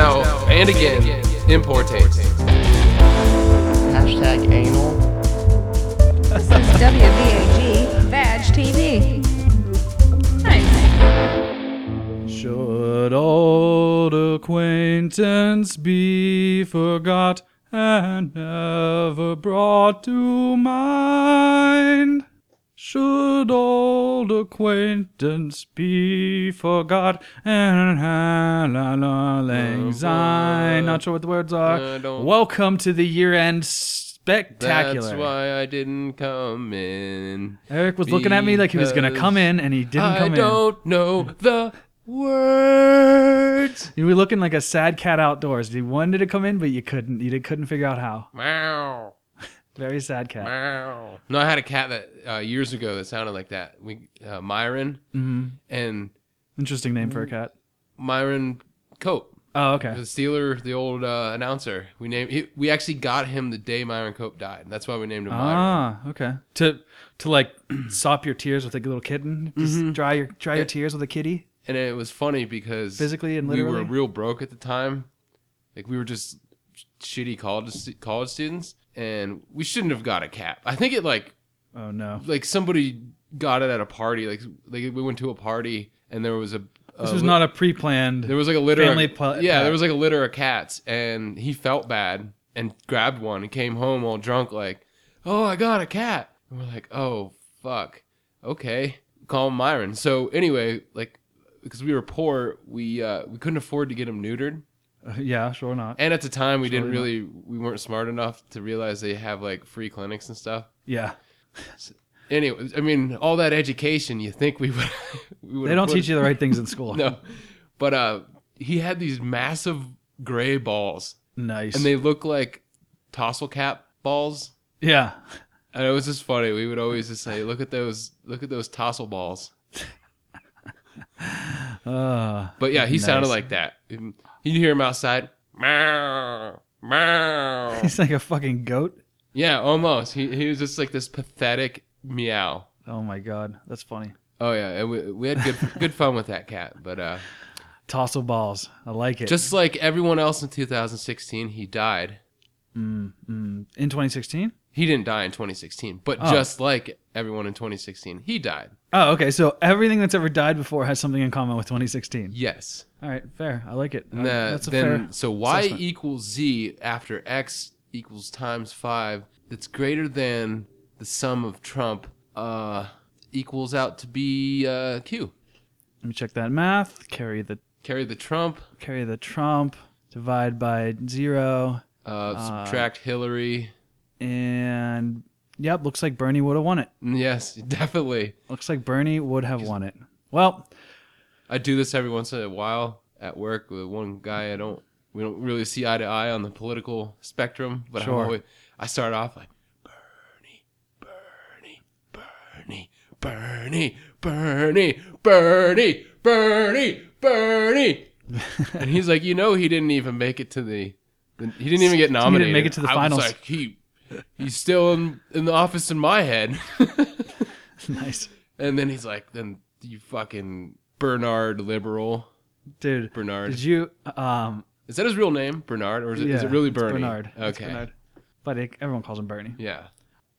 And again, importate. Hashtag anal. This is WVAG E Vag TV. Nice. Should old acquaintance be forgot and never brought to mind? Should old acquaintance be forgot and la la la lang syne? Not sure what the words I are. Uh, don't- Welcome to the year end spectacular. That's why I didn't come in. Eric was looking at me like he was gonna come in, and he didn't I come in. don't know the words. You were looking like a sad cat outdoors. You wanted to come in, but you couldn't. You did- couldn't figure out how. Wow. Very sad cat. Wow. No, I had a cat that uh, years ago that sounded like that. We uh, Myron Mm-hmm. and Interesting name Mm-hmm. for a cat. Myron Cope. Oh, The okay. Steeler, the old uh, announcer, we named. He, we actually got him the day Myron Cope died. That's why we named him Myron. Ah, okay. To to like sop your tears with a little kitten. Just Mm-hmm. dry your dry your tears with a kitty. And it was funny because Physically and we were literally? real broke at the time. Like we were just shitty college stu- college students, and we shouldn't have got a cat. I think it like Oh no. like somebody got it at a party. Like like we went to a party and there was a. This was not a pre-planned. Uh, There was like a litter. Family of, pet- yeah, pet. there was like a litter of cats, and he felt bad and grabbed one and came home all drunk, like, "Oh, I got a cat." And we're like, "Oh, fuck, okay." Call Myron. So anyway, like, because we were poor, we uh, we couldn't afford to get him neutered, yeah, sure not. and at the time we didn't really, we weren't smart enough to realize they have like free clinics and stuff. Yeah. Anyway, I mean, all that education, you think we would? we would They don't teach you the right things in school. No, but uh, he had these massive gray balls Nice. and they look like tassel cap balls. yeah. And it was just funny. We would always just say, "Look at those, look at those tassel balls." Uh, But yeah, he sounded Nice. like that. You hear him outside, meow, meow. he's like a fucking goat. yeah, almost. He he was just like this pathetic meow. Oh my god, that's funny. Oh yeah, and we, we had good good fun with that cat. But uh, Tossle balls. I like it. just like everyone else in 2016, he died. in 2016. He didn't die in 2016, but Oh. just like everyone in 2016, he died. Oh, okay. So everything that's ever died before has something in common with 2016. Yes. All right, fair. I like it. All And right, that- that's a then fair. so y assessment. equals z after x equals times five that's greater than the sum of trump uh equals out to be uh q Let me check that math. Carry the carry the trump carry the Trump. Divide by zero. uh, subtract hillary And yep, looks like Bernie would have won it. Mm, yes definitely Looks like Bernie would have won it. Well, i do this every once in a while at work with one guy i don't we don't really see eye to eye on the political spectrum but Sure. I'm always, i start off like bernie bernie bernie bernie bernie bernie bernie bernie and he's like you know he didn't even make it to the the- he didn't even get nominated make it to the I was finals. like he he's still in, in the office in my head nice. and then he's like then you fucking bernard liberal Dude, Bernard. Did you? Um, Is that his real name, Bernard, or is it, is yeah, it really it's Bernie? Bernard. Okay. It's Bernard. But it, everyone calls him Bernie. Yeah.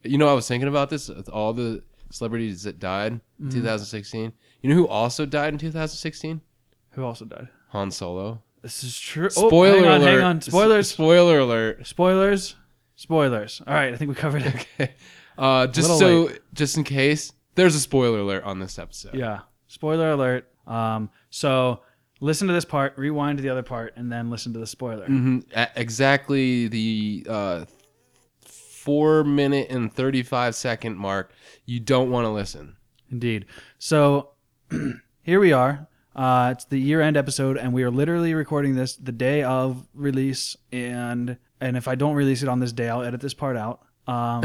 You know, I was thinking about this with all the celebrities that died Mm-hmm. in 2016. You know who also died in 2016? Who also died? Han Solo. This is true. Spoiler oh, hang on, alert. Hang on. S- Spoilers. Spoiler alert. Spoilers. Spoilers. All right, I think we covered it. Uh, just Little so, just in case, there's a spoiler alert on this episode. Yeah. Spoiler alert. Um, so listen to this part, rewind to the other part, and then listen to the spoiler. Mhm. A- exactly the uh, four minute and 35 second mark. You don't want to listen. Indeed. So here we are. Uh, it's the year end episode, and we are literally recording this the day of release. And and if I don't release it on this day, I'll edit this part out. Um,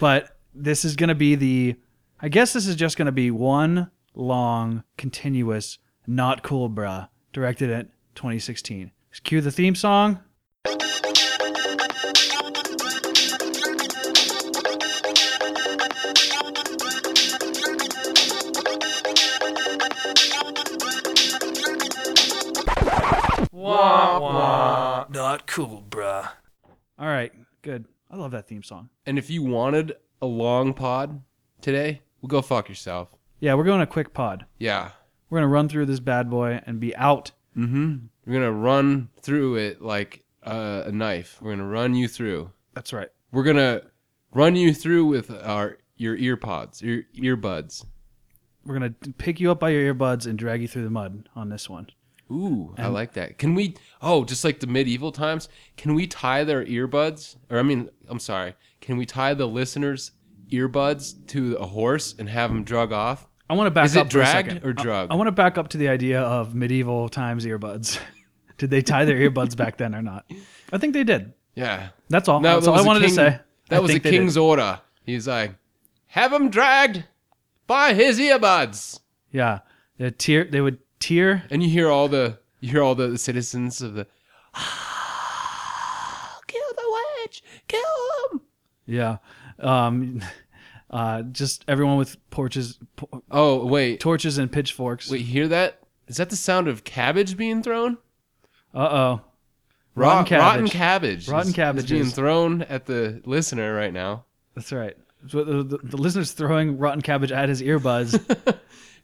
but this is going to be the. I guess this is just going to be one long, continuous, not cool, bruh, directed at 2016. Cue the theme song. Wow. not cool, bruh. All right, good. I love that theme song. And if you wanted a long pod today, well, go fuck yourself. Yeah, we're going a quick pod. Yeah. We're gonna run through this bad boy and be out. Mm-hmm. We're gonna run through it like uh, a knife. We're gonna run you through. That's right. We're gonna run you through with our your ear pods, your earbuds. We're gonna pick you up by your earbuds and drag you through the mud on this one. Ooh, I And- like that. Can we? Oh, just like the medieval times, can we tie their earbuds? Or I mean, I'm sorry, can we tie the listeners' earbuds to a horse and have them drug off? I want to back Is it up. for a dragged second. or I- drugged? I, want to back up to the idea of medieval times earbuds. did they tie their earbuds back then or not? I think they did. Yeah. That's all. No, That's that all I was a wanted to king- say. That I was the think they did. king's order. He's like, have him dragged by his earbuds. Yeah, they tear. They would tear. And you hear all the you hear all the citizens of the "Ah, kill the witch, kill him. Yeah, um, uh, just everyone with torches, po- Oh wait, torches and pitchforks. wait, hear that? Is that the sound of cabbage being thrown? Uh oh. Rot- cabbage. rotten cabbage. Rotten is- is cabbages. being thrown at the listener right now. That's right. So the, the, the listener's throwing rotten cabbage at his earbuds.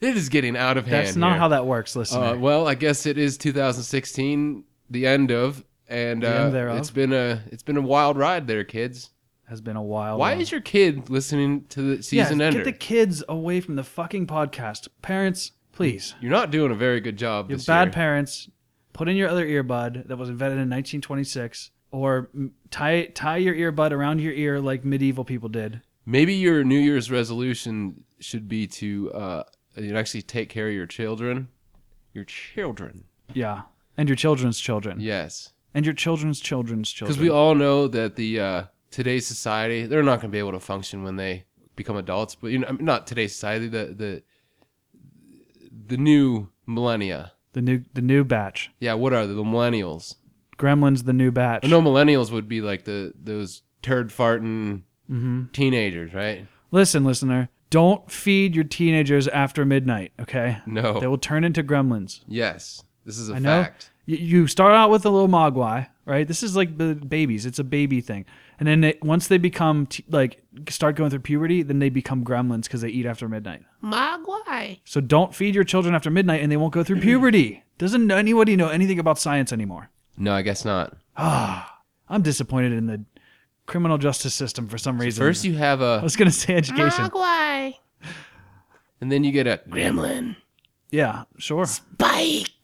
It is getting out of hand. That's not here. how that works, listener. Uh, well, I guess it is 2016, the end of, and The end uh, thereof. it's been a it's been a wild ride there, kids. Has been a while. Why is your kid listening to the yeah, season ender? Oh, Get the kids away from the fucking podcast. Parents, please. You're not doing a very good job. You're this bad year. parents. Put in your other earbud that was invented in 1926, or mm, tie tie your earbud around your ear like medieval people did. Maybe your New Year's resolution should be to uh, you know, actually take care of your children. Your children, Yeah, and your children's children, yes, and your children's children's children. because we all know that the uh, today's society they're not going to be able to function when they become adults. But you know, I mean, not today's society. The the the new millennia. the new the new batch. Yeah, what are they? The millennials. Gremlins, the new batch. I know millennials would be like the those turd farting Mm-hmm. teenagers, right? Listen, listener, don't feed your teenagers after midnight. Okay. No. They will turn into gremlins. Yes, this is a I know. fact. Y- You start out with a little mogwai, right? This is like the babies. It's a baby thing, and then they, once they become t- like start going through puberty, then they become gremlins because they eat after midnight. Mogwai. So don't feed your children after midnight, and they won't go through puberty. Doesn't anybody know anything about science anymore? No, I guess not. Mm. I'm disappointed in the criminal justice system for some reason. First, you have I a, was gonna say education. and then you get a gremlin. Yeah, sure.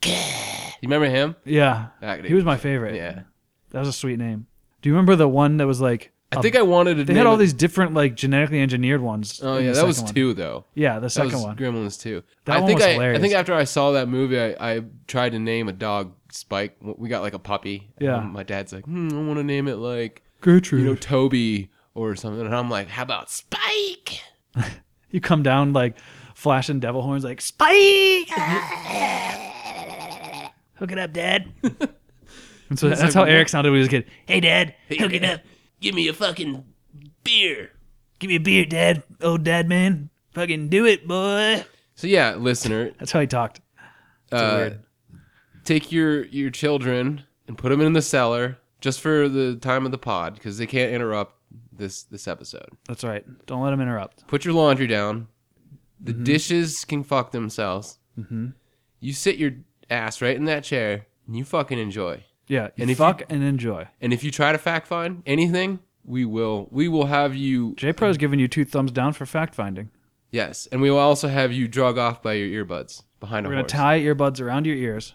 You remember him? Yeah, Back to- he was my favorite. Yeah. that was a sweet name. Do you remember the one that was like? I a- think I wanted to. um, they had all these different like genetically engineered ones. Oh in yeah, the that was second one. two though. Yeah, the That second was one. Gremlins two. That I one think was I, hilarious. I think after I saw that movie, I, I tried to name a dog Spike. We got like a puppy. Yeah. And my dad's like, hmm, I want to name it like Gertrude. you You, know Toby or something, and I'm like, how about Spike? come down like flashing devil horns, like Spike. Hook it up, Dad. And so that's how Eric sounded when he was a kid. Hey, Dad, hook it up. Give me a fucking beer. Give me a beer, Dad. Old Dad man, fucking do it, boy. So yeah, listener, That's how he talked. uh, weird. take your your children and put them in the cellar just for the time of the pod because they can't interrupt this this episode. That's right. Don't let him interrupt. Put your laundry down. The Mm-hmm. dishes can fuck themselves. You sit your ass right in that chair and you fucking enjoy. Yeah, you And if fuck and enjoy. And if you try to fact find anything, we will we will have you J Pro's giving you two thumbs down for fact finding. yes, and we will also have you drug off by your earbuds behind We're a gonna horse. tie earbuds around your ears.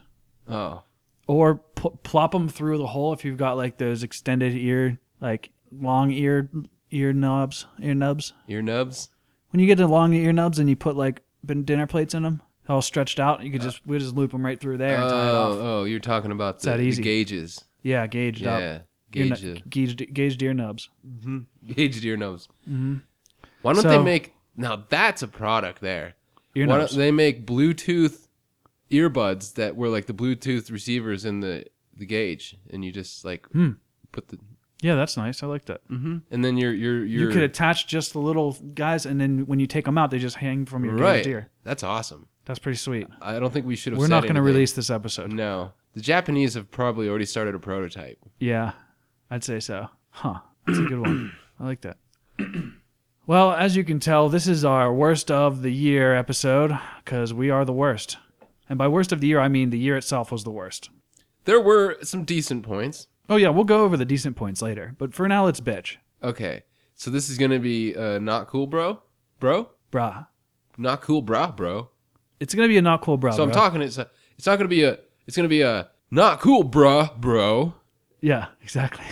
oh. or pl- plop them through the hole if you've got like those extended ear, like long ear ear knobs, ear nubs. Ear nubs? When you get to long ear nubs and you put like bin- dinner plates in them, all stretched out, you could just we just loop them right through there and tie it Uh. Oh, off. oh, you're talking about the, that the easy. gauges. Yeah, gauged Yeah. up. Ear nu- Gauge gauged, gauged ear nubs. gauged ear nubs. Why don't Mm-hmm. So- they make now that's a product there. Ear Why nubs. don't they make Bluetooth earbuds that were like the Bluetooth receivers in the the gauge, and you just like Hmm. put the yeah, that's nice. I like that. and then your You your Mm-hmm. your could attach just the little guys, and then when you take them out, they just hang from your right. gauged ear. That's awesome. That's pretty sweet. I don't think we should have. We're said not going to anything. release this episode. No, The Japanese have probably already started a prototype. Yeah, I'd say so. Huh. That's a good one. I like that. well, as you can tell, this is our worst of the year episode because we are the worst. And by worst of the year, I mean the year itself was the worst. There were some decent points. Oh, yeah, we'll go over the decent points later. But for now, let's bitch. Okay, so this is gonna be uh, not cool, bro, bro, Bruh. not cool, brah, bro. It's going to be a not cool bro. So I'm bro. talking. It's it's not gonna be a. It's gonna be a not cool, bruh, bro. Yeah, exactly.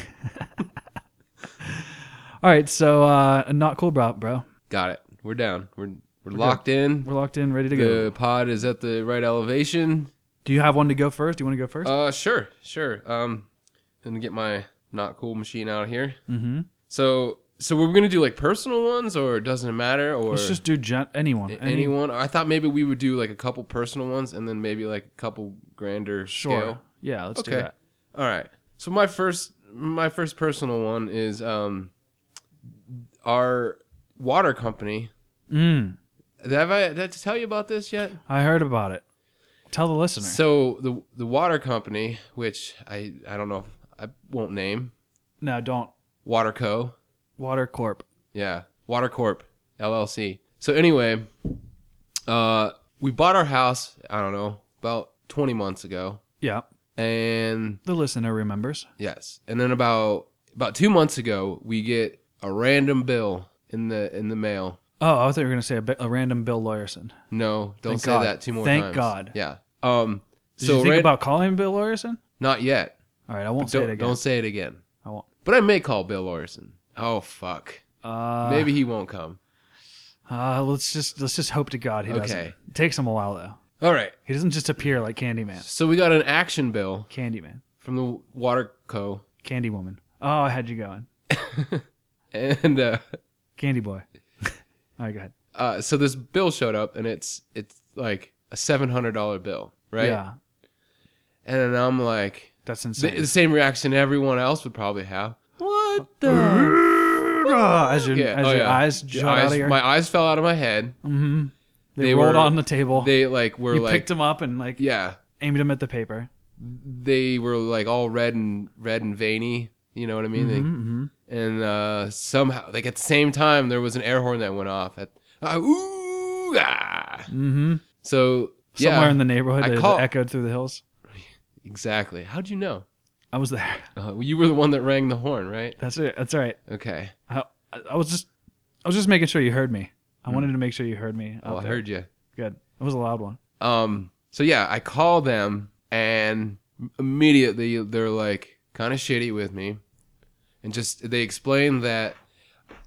All right, so uh, not cool, bro, bro. Got it. We're down. We're we're locked in. We're locked in, ready to go. The pod is at the right elevation. Do you have one to go first? Do you want to go first? Uh, sure, sure. Um, gonna get my not cool machine out here. mm-hmm. So so we're gonna do like personal ones, or doesn't it matter? Or Let's just do gen- anyone. A- anyone. I thought maybe we would do like a couple personal ones and then maybe like a couple grander Sure. scale. Yeah, let's do Okay. that. All right. So my first my first personal one is um our water company. Mm, Have I did I tell you about this yet? I heard about it. Tell the listener. So the the water company, which I I don't know, if, I won't name no, don't. Water Co. Water Corp. Yeah, Water Corp LLC. So anyway, uh, we bought our house. I don't know about 20 months ago, Yeah, and the listener remembers. Yes. And then about about two months ago, we get a random bill in the in the mail. Oh, I thought you were going to say a, bi- a random Bill Lawyerson. No, don't Thank say God. that two more Thank times. God. Yeah. Um. Did so you think ran- about calling him Bill Lawyerson? not yet. All right, I won't say don't it again. don't say it again. I won't. But I may call Bill Orson. Oh fuck. Uh, Maybe he won't come. Uh, let's just let's just hope to God he doesn't. Okay. It takes him a while though. All right. He doesn't just appear like Candyman. So we got an action bill Candyman. from the water co. Candywoman. Oh, I had you going. And uh, Candy boy. All right, go ahead. uh, so this bill showed up, and it's it's like a seven hundred dollar bill, right? Yeah, And then I'm like, that's the, insane. the same reaction everyone else would probably have. What the? as your, Yeah, as oh, your yeah. eyes Your jut eyes- out of your, My eyes fell out of my head. mm-hmm. they, they rolled were- on the table. They like were Oh. you like picked him up and like yeah, aimed him at the paper. they were like all red and red and veiny. You know what I mean? They- Mm-hmm. and uh, somehow, like at the same time, there was an air horn that went off at ah, ooh ah. Mm-hmm. So yeah, Somewhere in the neighborhood, I it call- echoed through the hills. exactly. How'd you know? I was there. Uh, you were the one that rang the horn, right? That's it. That's all right. Okay. I, I I was just I was just making sure you heard me. I wanted to make sure you heard me. Oh, out Hmm. I there. heard you. Good. It was a loud one. Um, so yeah, I call them and immediately they're like kind of shitty with me, and just they explain that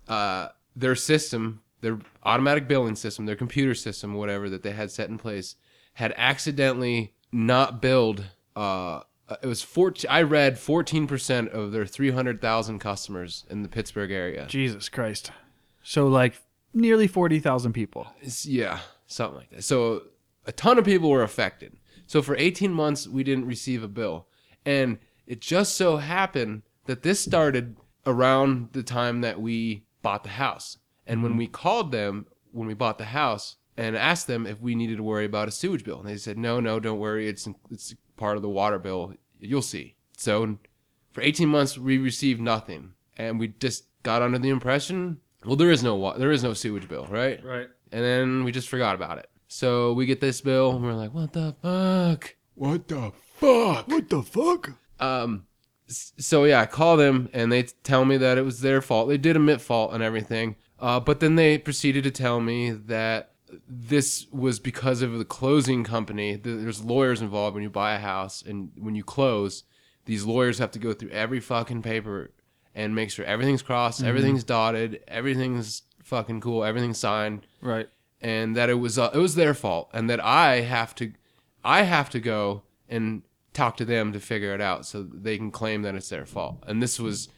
uh, their system, their automatic billing system, their computer system, whatever that they had set in place, had accidentally not billed. Uh, it was fourteen. I read fourteen percent of their three hundred thousand customers in the Pittsburgh area. Jesus Christ. So like nearly 40,000 people. It's- yeah, something like that. So a ton of people were affected. So for 18 months, we didn't receive a bill. And it just so happened that this started around the time that we bought the house. And when we called them, when we bought the house, and asked them if we needed to worry about a sewage bill, and they said, "No, no, don't worry. It's it's part of the water bill. You'll see." So for 18 months we received nothing and we just got under the impression well there is no wa- there is no sewage bill right Right. and then we just forgot about it so we get this bill and we're like what the fuck What the fuck? What the fuck? um s- so yeah i call them and they t- tell me that it was their fault they did admit fault and everything uh, but then they proceeded to tell me that this was because of the closing company Th- there's lawyers involved when you buy a house and when you close these lawyers have to go through every fucking paper and make sure everything's crossed everything's dotted everything's fucking cool everything's signed Right. and that it was uh, it was their fault and that I have to I have to go and talk to them to figure it out so they can claim that it's their fault. And this was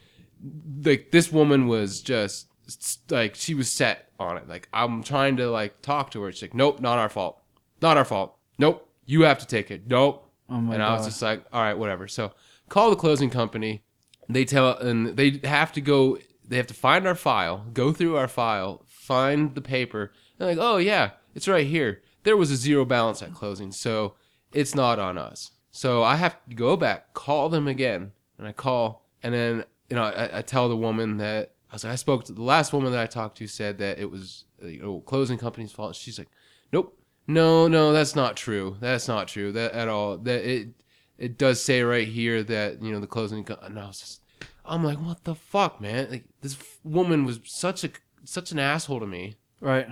like this woman was just s- like she was set on it. Like I'm trying to like talk to her. She's like, "Nope, not our fault. Not our fault. Nope, you have to take it. Nope." Oh my and I was God. just like, "All right, whatever." So call the closing company. They tell and they have to go. They have to find our file, go through our file, find the paper. They're like, "Oh yeah, it's right here. There was a zero balance at closing, so it's not on us." So I have to go back, call them again, and I call, and then you know I, I tell the woman that I was like, I spoke to the last woman that I talked to said that it was uh, you know, closing company's fault. She's like, nope, no, no, that's not true. That's not true that at all. That it it does say right here that you know the closing. Co- and I was just, I'm like, what the fuck, man? Like this f- woman was such a such an asshole to me. Right.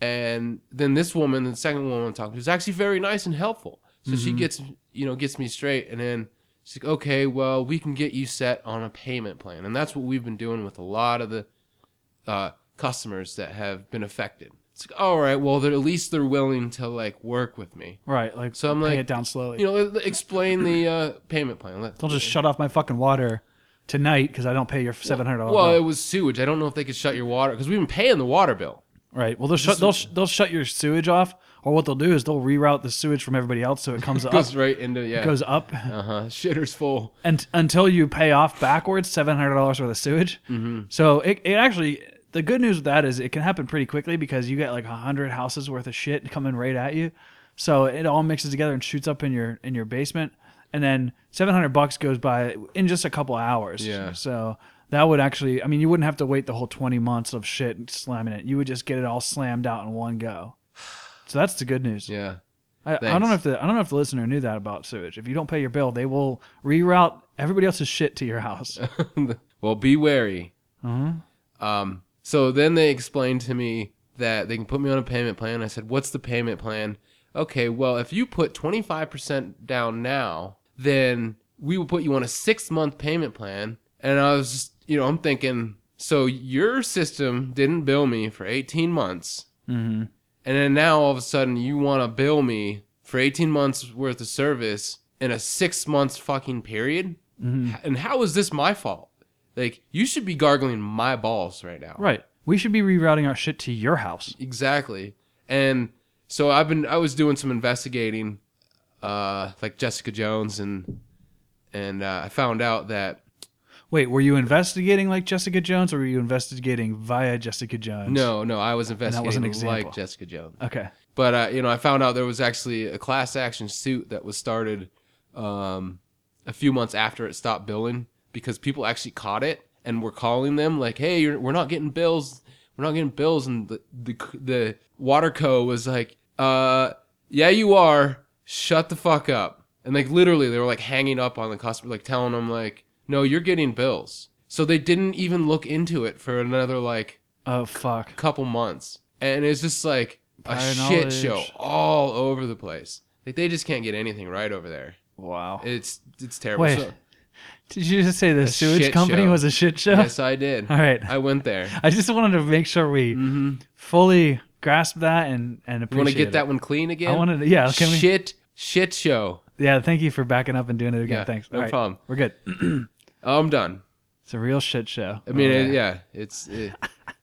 And then this woman, the second woman I'm talking to, is actually very nice and helpful. So she gets, you know, gets me straight, and then she's like, "Okay, well, we can get you set on a payment plan," and that's what we've been doing with a lot of the uh, customers that have been affected. It's like, all right, well, they're, at least they're willing to like work with me. Right. Like So I'm pay like- it down slowly. You know, explain the uh, payment plan. Let- Don't just shut off my fucking water tonight because I don't pay your seven hundred dollars. Well, it was sewage. I don't know if they could shut your water because we've been paying the water bill. right. Well, they'll shut they'll sh- they'll shut your sewage off, or what they'll do is they'll reroute the sewage from everybody else so it comes up Goes right into yeah. Uh, goes up uh huh. Shitter's full. and until you pay off backwards seven hundred dollars worth of sewage. Mm-hmm. So it, it actually the good news with that is it can happen pretty quickly because you get like hundred houses worth of shit coming right at you. So it all mixes together and shoots up in your in your basement, and then seven hundred bucks goes by in just a couple hours. Yeah. So that would actually, I mean, you wouldn't have to wait the whole twenty months of shit slamming it. You would just get it all slammed out in one go. So that's the good news. Yeah. I, I don't Thanks. know if the I don't know if the listener knew that about sewage. If you don't pay your bill, they will reroute everybody else's shit to your house. well, be wary. Um, so then they explained to me that they can put me on a payment plan. I said, What's the payment plan? Okay, well, if you put 25% down now, then we will put you on a six month payment plan. And I was just, you know, I'm thinking, so your system didn't bill me for 18 months. And then now all of a sudden you want to bill me for 18 months worth of service in a six months fucking period? Mm-hmm. H- And how is this my fault? Like, you should be gargling my balls right now. right. We should be rerouting our shit to your house. Exactly. And so I've been, I was doing some investigating, uh, like Jessica Jones and, and uh, I found out that Wait, were you investigating like Jessica Jones, or were you investigating via Jessica Jones? no, no, I was an investigating example. like Jessica Jones. Okay. But uh, you know, I found out there was actually a class action suit that was started um, a few months after it stopped billing because people actually caught it and were calling them like, "Hey, you're, we're not getting bills. We're not getting bills." And the the, the water co was like, "Uh, yeah, you are. Shut the fuck up." And like literally, they were like hanging up on the customer, like telling them like, "No, you're getting bills." So they didn't even look into it for another like Oh fuck. couple months, and it's just like a Prior shit knowledge. show all over the place. Like they just can't get anything right over there. Wow. It's it's terrible. Wait. So- Did you just say the sewage shit company show. was a shit show? yes, I did. All right. I went there. I just wanted to make sure we fully grasp that and and Mm-hmm. You appreciate. want to get it. that one clean again? I wanted. To, yeah. Can we? shit shit show. Yeah. Thank you for backing up and doing it again. Yeah, Thanks. no All right. problem. We're good. Oh, I'm done. It's a real shit show. I mean, it- yeah, it's it,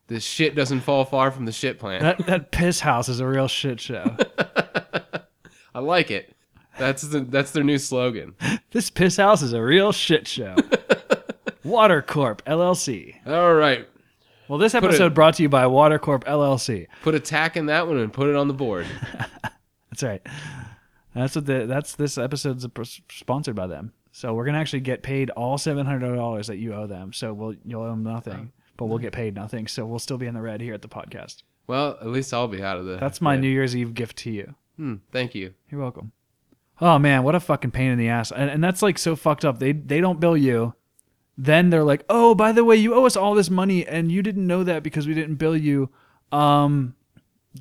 the shit doesn't fall far from the shit plant. that that piss house is a real shit show. I like it. That's the that's their new slogan. this piss house is a real shit show. Water Corp LLC. All right, Well, this episode brought to you by Water Corp LLC. put a tack in that one and put it on the board. That's right. That's what the that's this episode's pr- sponsored by them. So we're gonna actually get paid all seven hundred dollars that you owe them. So we'll you'll owe them nothing, but we'll get paid nothing. So we'll still be in the red here at the podcast. Well, at least I'll be out of the. That's my New Year's Eve gift to you. Hmm, thank you. You're welcome. Oh man, what a fucking pain in the ass. And, and that's like so fucked up. They they don't bill you. Then they're like, "Oh, by the way, you owe us all this money and you didn't know that because we didn't bill you. Um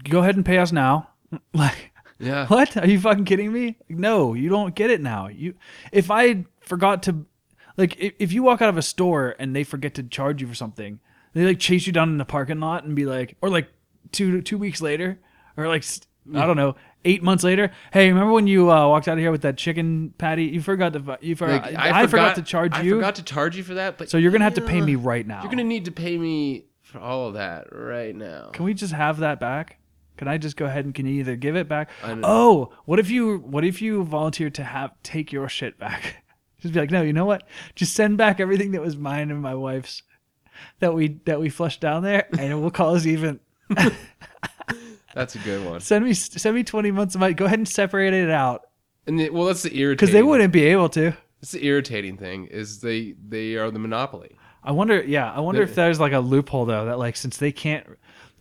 go ahead and pay us now." like Yeah. what? Are you fucking kidding me? No, you don't get it now. You if I forgot to like if, if you walk out of a store and they forget to charge you for something, they like chase you down in the parking lot and be like or like 2 2 weeks later or like s- Hmm. I don't know, 8 months later, hey, remember when you uh, walked out of here with that chicken patty? You forgot to fu- you forgot, Like, I, forgot, to charge I you. forgot to charge you for that, but so you're going to have to pay yeah, me right now. You're gonna need to pay me for all of that right now. Can we just have that back? Can I just go ahead and can you either give it back? don't Oh, what if you what if you volunteered to have take your shit back? Just be like, no, you know what? Just send back everything that was mine and my wife's that we that we flushed down there, and we'll call us even. That's a good one. Send me send me twenty months of my. Go ahead and separate it out, And it, well, that's the irritating. because they wouldn't be able to. That's the irritating thing is they they are the monopoly. I wonder. Yeah, I wonder They- if there's like a loophole though that like since they can't,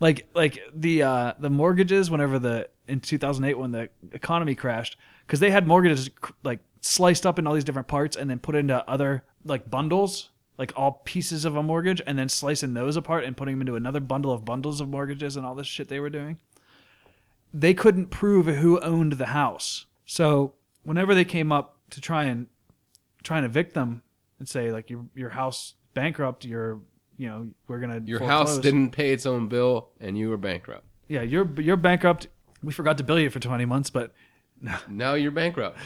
like like the uh the mortgages whenever the in 2008 when the economy crashed because they had mortgages cr- like sliced up in all these different parts and then put into other like bundles like all pieces of a mortgage and then slicing those apart and putting them into another bundle of bundles of mortgages and all this shit they were doing. They couldn't prove who owned the house. So whenever they came up to try and try and evict them and say like your your house bankrupt your you know we're gonna Your foreclose. house didn't pay its own bill, and you were bankrupt. yeah you're you're bankrupt we forgot to bill you for 20 months but Now you're bankrupt.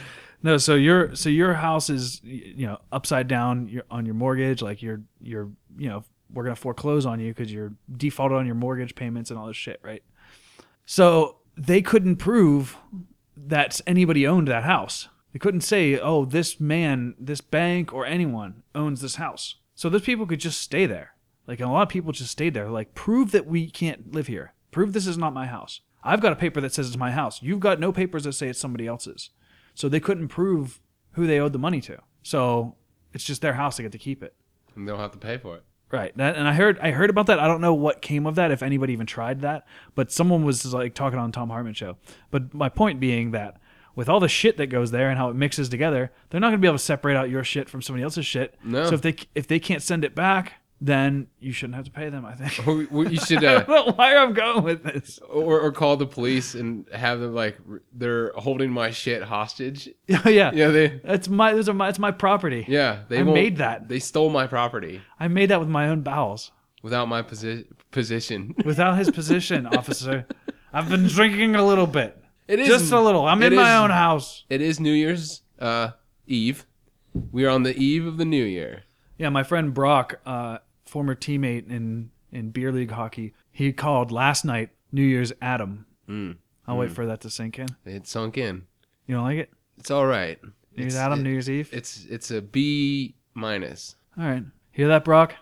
no so your so your house is y- you know upside down you on your mortgage like you're you're you know we're gonna foreclose on you because you're defaulted on your mortgage payments and all this shit right so they couldn't prove that anybody owned that house they couldn't say oh this man this bank or anyone owns this house so those people could just stay there like and a lot of people just stayed there like prove that we can't live here prove this is not my house i've got a paper that says it's my house you've got no papers that say it's somebody else's so they couldn't prove who they owed the money to. So it's just their house; they get to keep it. And they don't have to pay for it. Right. That, and I heard I heard about that. I don't know what came of that, if anybody even tried that. But someone was like talking on Tom Hartman show. But my point being that with all the shit that goes there and how it mixes together, they're not going to be able to separate out your shit from somebody else's shit. No. So if they if they can't send it back, then you shouldn't have to pay them. I think. Or we- you should I uh, don't know where I'm going with this. Oh, or, or call the police and have them like r- they're holding my shit hostage. yeah. Yeah, they That's my. Those are my. It's my property. yeah they I won't- made that. They stole my property I made that with my own bowels. without my posi- position. without his position, officer. I've been drinking a little bit. It is Just a little. I'm in it my is- own house. It is New Year's uh, Eve. We are on the eve of the New Year. Yeah, my friend Brock, uh, former teammate in, in beer league hockey, he called last night New Year's Adam. Mm. I'll wait for that to sink in. It sunk in. You don't like it? It's all right. New it's, Year's Adam, it- New Year's Eve. It's it's a B minus. All right. Hear that, Brock?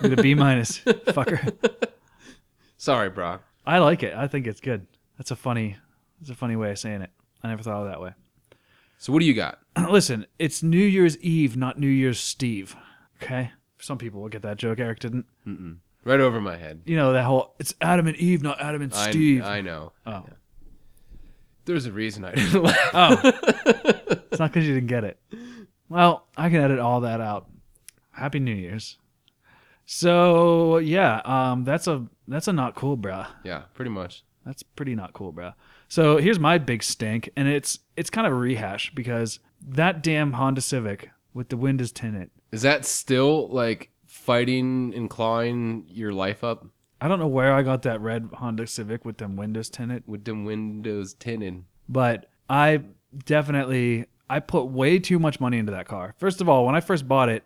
With a B minus, fucker. Sorry, Brock. I like it. I think it's good. That's a funny. That's a funny way of saying it. I never thought of it that way. So what do you got? Listen, it's New Year's Eve, not New Year's Steve. Okay? Some people will get that joke. Eric didn't. Right over my head. You know, that whole, it's Adam and Eve, not Adam and I- Steve. I, know. oh. There's a reason I didn't laugh. Oh. it's not because you didn't get it. Well, I can edit all that out. Happy New Year's. So, yeah, um, that's a that's a not cool, bruh. Yeah, pretty much. That's pretty not cool, bruh. So here's my big stink, and it's it's kind of a rehash because that damn Honda Civic with the wind is tinted. Is that still like fighting and clawing your life up I don't know where I got that red Honda Civic with them windows tinted, with them windows tinted? but I definitely I put way too much money into that car. First of all, when I first bought it,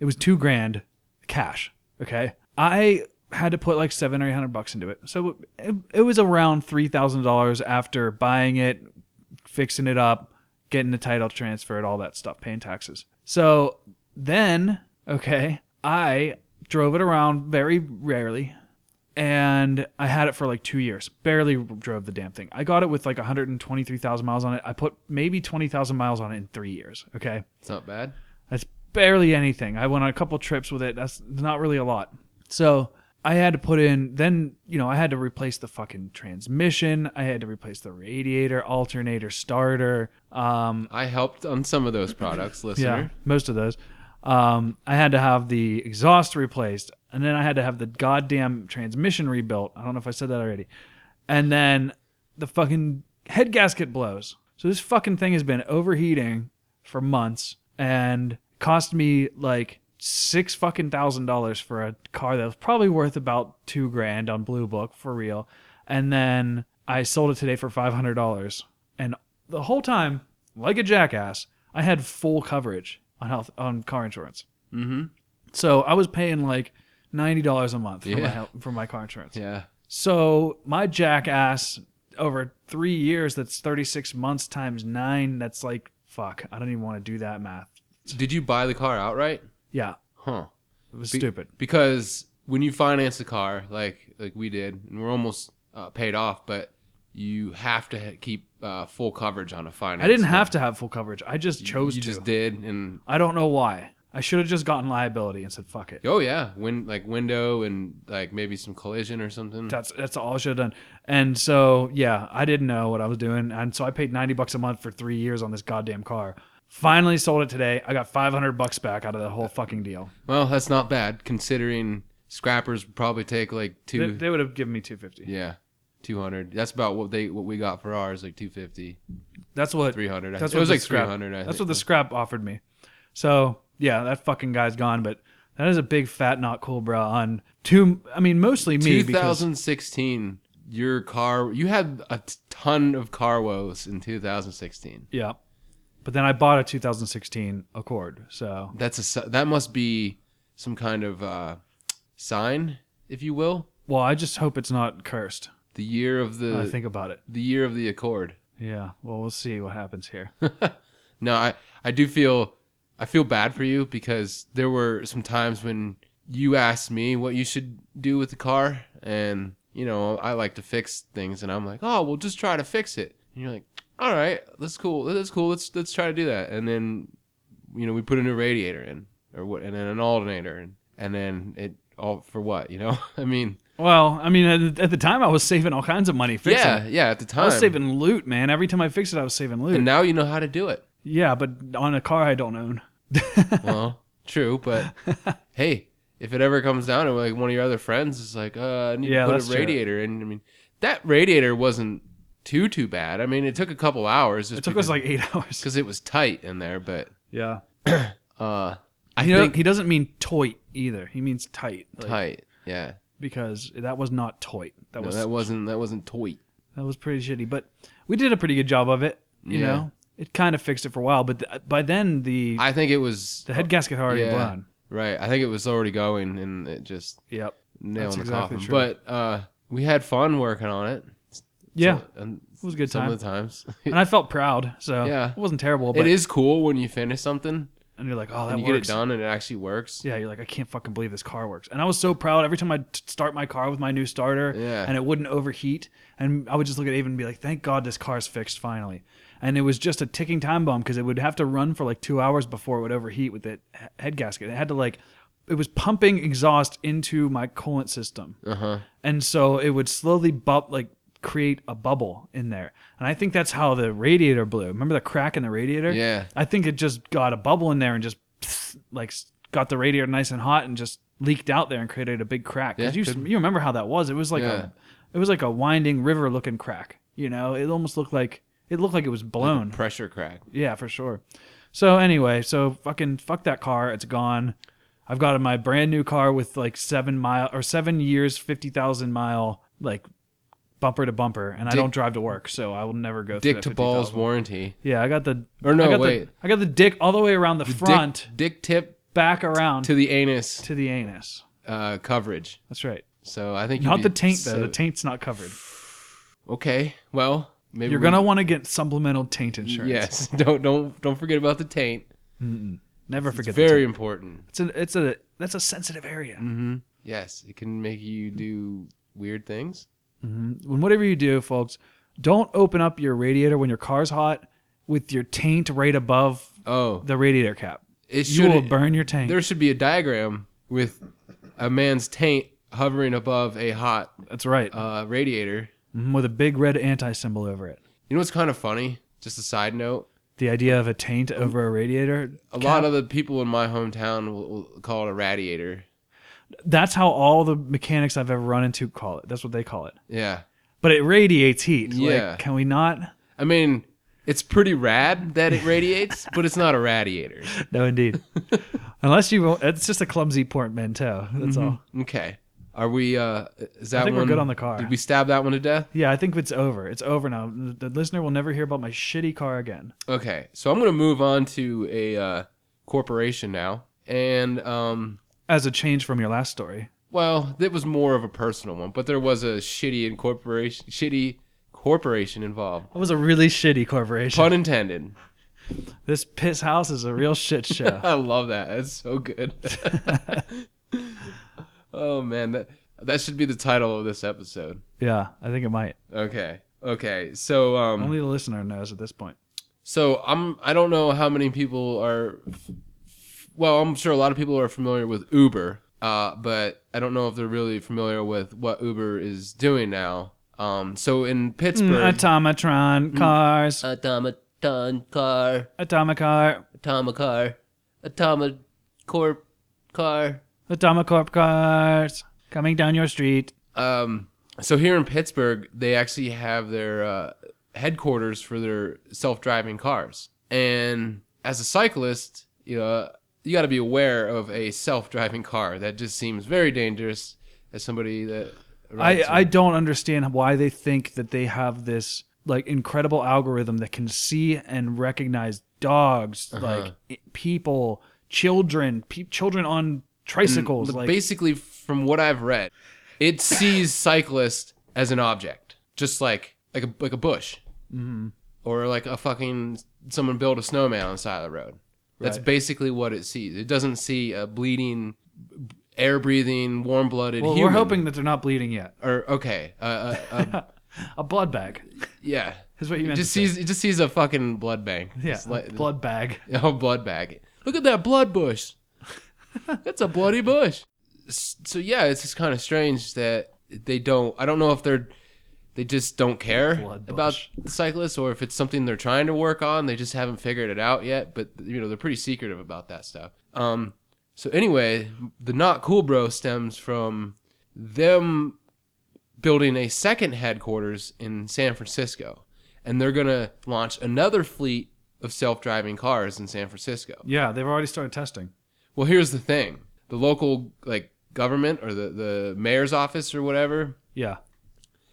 it was two grand cash. Okay, I had to put like seven or eight hundred bucks into it, so it, it was around three thousand dollars after buying it, fixing it up, getting the title transferred, all that stuff, paying taxes. So then, okay, I drove it around very rarely and I had it for like two years. Barely drove the damn thing. I got it with like 123,000 miles on it. I put maybe 20,000 miles on it in three years. Okay. It's not bad. That's barely anything. I went on a couple trips with it. That's not really a lot. So I had to put in, then, you know, I had to replace the fucking transmission. I had to replace the radiator, alternator, starter. Um, I helped on some of those products, yeah, listener. most of those. Um, I had to have the exhaust replaced, and then I had to have the goddamn transmission rebuilt. I don't know if I said that already. And then the fucking head gasket blows. So this fucking thing has been overheating for months and cost me like six fucking thousand dollars for a car that was probably worth about two grand on Blue Book for real. And then I sold it today for five hundred dollars. And the whole time, like a jackass, I had full coverage on health on car insurance. Mm-hmm. So I was paying like ninety dollars a month for, my Yeah. health, for my car insurance. Yeah. So my jackass over three years, that's 36 months times nine. That's like, fuck, I don't even want to do that math. Did you buy the car outright? Yeah, Huh. it was Be- stupid. because when you finance a car like like we did and we're almost uh, paid off but you have to ha- keep uh, full coverage on a finance. I didn't note. have to have full coverage. I just chose You to. just did, and I don't know why. I should have just gotten liability and said fuck it. oh yeah, win like window and like maybe some collision or something. That's that's all I should have done. And so yeah, I didn't know what I was doing, and so I paid ninety bucks a month for three years on this goddamn car. Finally sold it today. I got five hundred bucks back out of the whole fucking deal. Well, that's not bad considering scrappers would probably take like They, two. they would have given me two fifty. yeah. 200 that's about what they what we got for ours like 250 That's what 300 I That's think. what it was the like scrap, 300 I That's think. what the scrap offered me. So yeah, that fucking guy's gone. But that is a big fat not cool, bro. On two, I mean mostly me because 2016 your car you had a t- ton of car woes in 2016 yeah. But then I bought a 2016 Accord, so that's a si- that must be some kind of uh sign if you will well I just hope it's not cursed. the year of the I think about it. the year of the accord Yeah. Well, we'll see what happens here. no i i do feel i feel bad for you because there were some times when you asked me what you should do with the car and you know i like to fix things and i'm like oh we'll just try to fix it and you're like all right that's cool that's cool let's let's try to do that and then you know we put a new radiator in or what and then an alternator and and then it all for what you know i mean well, I mean at, at the time I was saving all kinds of money fixing. yeah it. yeah at the time I was saving loot, man. Every time I fixed it, I was saving loot. and now you know how to do it yeah, but on a car I don't own. well, true, but hey, if it ever comes down to like one of your other friends is like, uh, I need Yeah, to put that's a true. radiator in. I mean, that radiator wasn't too too bad. I mean, it took a couple hours. It took us like eight hours. because it was tight in there, but Yeah. uh, I You know, think he doesn't mean toit either. He means tight. like, tight. Yeah, because that was not toit. That no, was that wasn't that wasn't tight. that was pretty shitty. But we did a pretty good job of it. You Yeah. know, it kind of fixed it for a while. But th- by then the I think it was the head gasket had already yeah, blown. Right, I think it was already going, and it just Yep. nailed That's in the exactly coffin. true. But uh, we had fun working on it. Yeah. So- and It was a good some time. of the times. and I felt proud. So Yeah. it wasn't terrible. But it is cool when you finish something and you're like, oh, that and you works. get it done and it actually works. Yeah, you're like, I can't fucking believe this car works. And I was so proud every time I start my car with my new starter Yeah. and it wouldn't overheat. And I would just look at Avon and be like, thank God this car's fixed finally. And it was just a ticking time bomb because it would have to run for like two hours before it would overheat with that he- head gasket. It had to like, it was pumping exhaust into my coolant system. Uh-huh. And so it would slowly bump, like, create a bubble in there. And I think that's how the radiator blew. Remember the crack in the radiator? Yeah. I think it just got a bubble in there and just like got the radiator nice and hot and just leaked out there and created a big crack. 'Cause Yeah, you, you remember how that was? It was like Yeah. a it was like a winding river looking crack. You know, it almost looked like it looked like it was blown. Pressure crack. yeah, for sure. So anyway, so fucking fuck that car. It's gone. I've got my brand new car with like seven mile or seven years, fifty thousand mile like bumper to bumper, and I Dick- don't drive to work, so I will never go through Dick that to balls 50,000. warranty. Yeah, I got the Or no, I got wait. The, I got the dick all the way around the, front, Dick, dick tip back around to to, the anus the anus. uh, coverage. That's right. So I think you'd Not be the taint though. so- The taint's not covered. Okay. Well, maybe You're we- gonna want to get supplemental taint insurance. Yes. Don't don't don't forget about the taint. Never forget. It's the very Mm-hmm. taint. important. It's a. It's a. That's a sensitive area. Yes, it can make you do weird things. When whatever you do, folks, don't open up your radiator when your car's hot with your taint right above Oh, the radiator cap. it You should will burn your taint. There should be a diagram with a man's taint hovering above a hot That's right. uh, radiator. Mhm, With a big red anti symbol over it. You know what's kind of funny? Just a side note. The idea of a taint over a radiator. A lot of the people in my hometown will, will call it a radiator. That's how all the mechanics I've ever run into call it. That's what they call it. Yeah. But it radiates heat. Yeah. Like, can we not? I mean, it's pretty rad that it radiates, but it's not a radiator. No, indeed. Unless you, it's just a clumsy portmanteau. That's all. Okay. Are we, uh, is that think we're one? good on the car. Did we stab that one to death? Yeah, I think it's over. It's over now. The the listener will never hear about my shitty car again. Okay. So I'm going to move on to a, uh, corporation now. And, um, As a change from your last story. well, it was more of a personal one, but there was a shitty incorporation, shitty corporation involved. That was a really shitty corporation. Pun intended. This piss house is a real shit show. I love that. That's so good. oh man, that that should be the title of this episode. yeah, I think it might. Okay. Okay, so um, Only the listener knows at this point. So I'm I don't know how many people are well, I'm sure a lot of people are familiar with Uber, uh, but I don't know if they're really familiar with what Uber is doing now. Um, so in Pittsburgh, automatron cars. automaton car, Atomicar. automacar, automacorp car. Atomicorp cars. Coming down your street. Um, so here in Pittsburgh, they actually have their uh, headquarters for their self-driving cars. And as a cyclist, you know, you got to be aware of a self-driving car. That just seems very dangerous as somebody that I, rides I don't understand why they think that they have this like incredible algorithm that can see and recognize dogs, Uh-huh. like i- people, children, pe- children on tricycles. Like Mm, basically from what I've read, it sees cyclists as an object, just like like a like a bush, Mm-hmm. or like a fucking someone build a snowman on the side of the road. That's Right. basically what it sees. It doesn't see a bleeding, air breathing, warm blooded. well, human. we're hoping that they're not bleeding yet. or okay, uh, uh, uh, A blood bag yeah. is what you It meant. just to say. sees it just sees a fucking blood bank. yeah, It's like- blood bag. Oh, blood bag. Look at that blood bush. That's a bloody bush. S- So yeah, it's just kind of strange that they don't. I don't know if they're they just don't care Blood about bush. cyclists or if it's something they're trying to work on. They just haven't figured it out yet. But you know, they're pretty secretive about that stuff. Um. So anyway, the not cool bro stems from them building a second headquarters in San Francisco, and they're gonna launch another fleet of self-driving cars in San Francisco. Yeah, they've already started testing. Well, here's the thing: the local like government or the the mayor's office or whatever Yeah,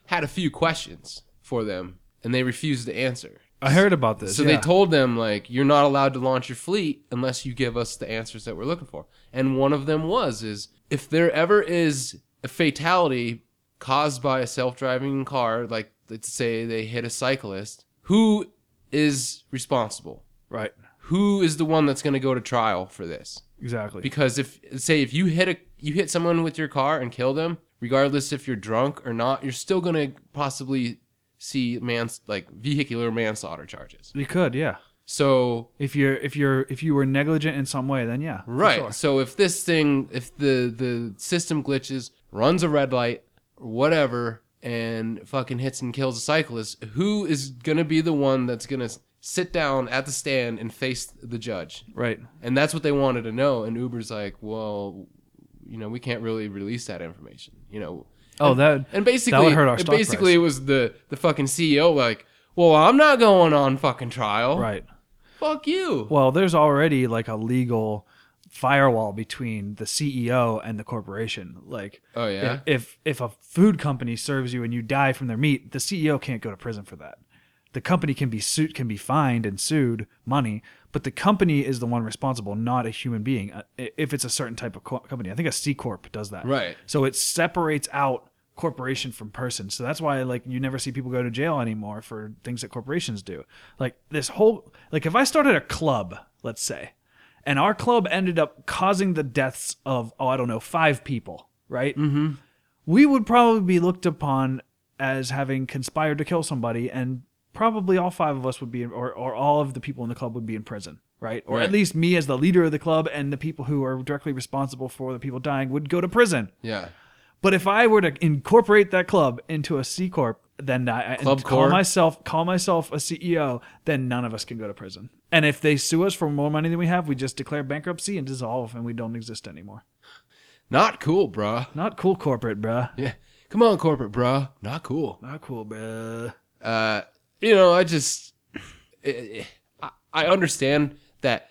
had a few questions for them, and they refused to answer. I heard about this. So yeah. they told them like, "You're not allowed to launch your fleet unless you give us the answers that we're looking for." And one of them was is if there ever is a fatality caused by a self-driving car, like let's say they hit a cyclist, who is responsible? right Who is the one that's going to go to trial for this? exactly. because if say if you hit a you hit someone with your car and kill them regardless if you're drunk or not you're still going to possibly see mans like vehicular manslaughter charges you could, yeah. so If you're if you're if you were negligent in some way, then yeah, for right sure. so if this thing if the the system glitches runs a red light or whatever and fucking hits and kills a cyclist who is going to be the one that's going to sit down at the stand and face the judge Right. And that's what they wanted to know. And Uber's like, well, you know, we can't really release that information. You know, Oh, that and basically, that would hurt our and stock basically, it was the the fucking CEO like, well, I'm not going on fucking trial. price. right. Fuck you. Well, there's already like a legal firewall between the CEO and the corporation. Like, Oh, yeah? if if a food company serves you and you die from their meat, the CEO can't go to prison for that. The company can be sued, can be fined and sued money, but the company is the one responsible, not a human being. uh, i- If it's a certain type of co- company, I think a C corp does that. Right. So it separates out corporation from person. So that's why like you never see people go to jail anymore for things that corporations do. Like this whole like if I started a club, let's say, and our club ended up causing the deaths of oh I don't know five people, right? Mm-hmm. We would probably be looked upon as having conspired to kill somebody, and probably all five of us would be, in, or or all of the people in the club would be in prison, right? Or Right. at least me as the leader of the club and the people who are directly responsible for the people dying would go to prison. yeah. But if I were to incorporate that club into a C corp, then I I- Club call corp? myself call myself a CEO, then none of us can go to prison. And if they sue us for more money than we have, we just declare bankruptcy and dissolve, and we don't exist anymore. Not cool, bruh. Not cool, corporate, bruh. Yeah. Come on, corporate, bruh. Not cool. Not cool, bruh. uh, you know, I just, I, I understand that.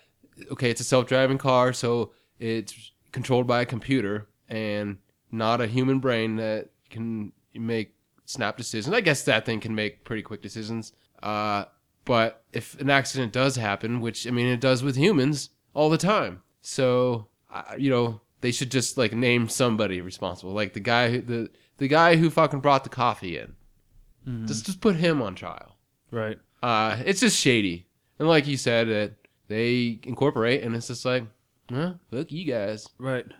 Okay, it's a self-driving car, so it's controlled by a computer and not a human brain that can make snap decisions. I guess that thing can make pretty quick decisions. Uh, but if an accident does happen, which I mean it does with humans all the time, so I you know they should just like name somebody responsible, like the guy who the the guy who fucking brought the coffee in. Just just put him on trial. Right. Uh, it's just shady. And like you said, that they incorporate, and it's just like, huh, fuck you guys. Right.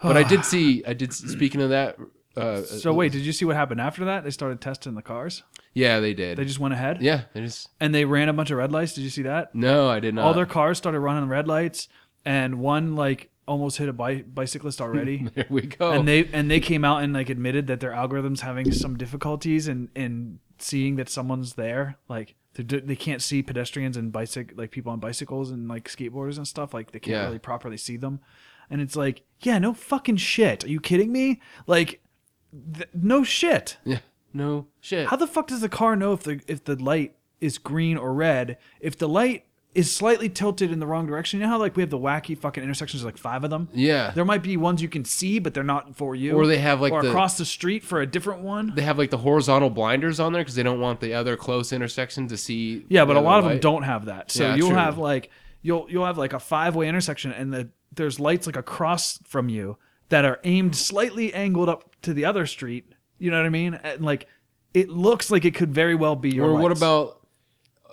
But I did see, I did. Speaking of that, Uh, So wait, did you see what happened after that? They started testing the cars. yeah, they did. They just went ahead. yeah, they just. And they ran a bunch of red lights. Did you see that? No, I did not. All their cars started running red lights, and one like almost hit a bi- bicyclist already. there we go. And they and they came out and like admitted that their algorithms having some difficulties in in seeing that someone's there. Like they d- they can't see pedestrians and bicycle like people on bicycles and like skateboarders and stuff. Like they can't Yeah. really properly see them. And it's like, yeah, no fucking shit. Are you kidding me? Like, th- no shit. yeah. No shit. How the fuck does the car know if the if the light is green or red? If the light is slightly tilted in the wrong direction, you know how like we have the wacky fucking intersections, like five of them. yeah. There might be ones you can see, but they're not for you. Or they have, like, or the- across the street for a different one. They have like the horizontal blinders on there because they don't want the other close intersection to see. yeah, but the a lot of them other light. don't have that. So Yeah, you'll true. have like you'll you'll have like a five way intersection, and the, there's lights like across from you that are aimed slightly angled up to the other street. You know what I mean? And like it looks like it could very well be your. Or what lights. about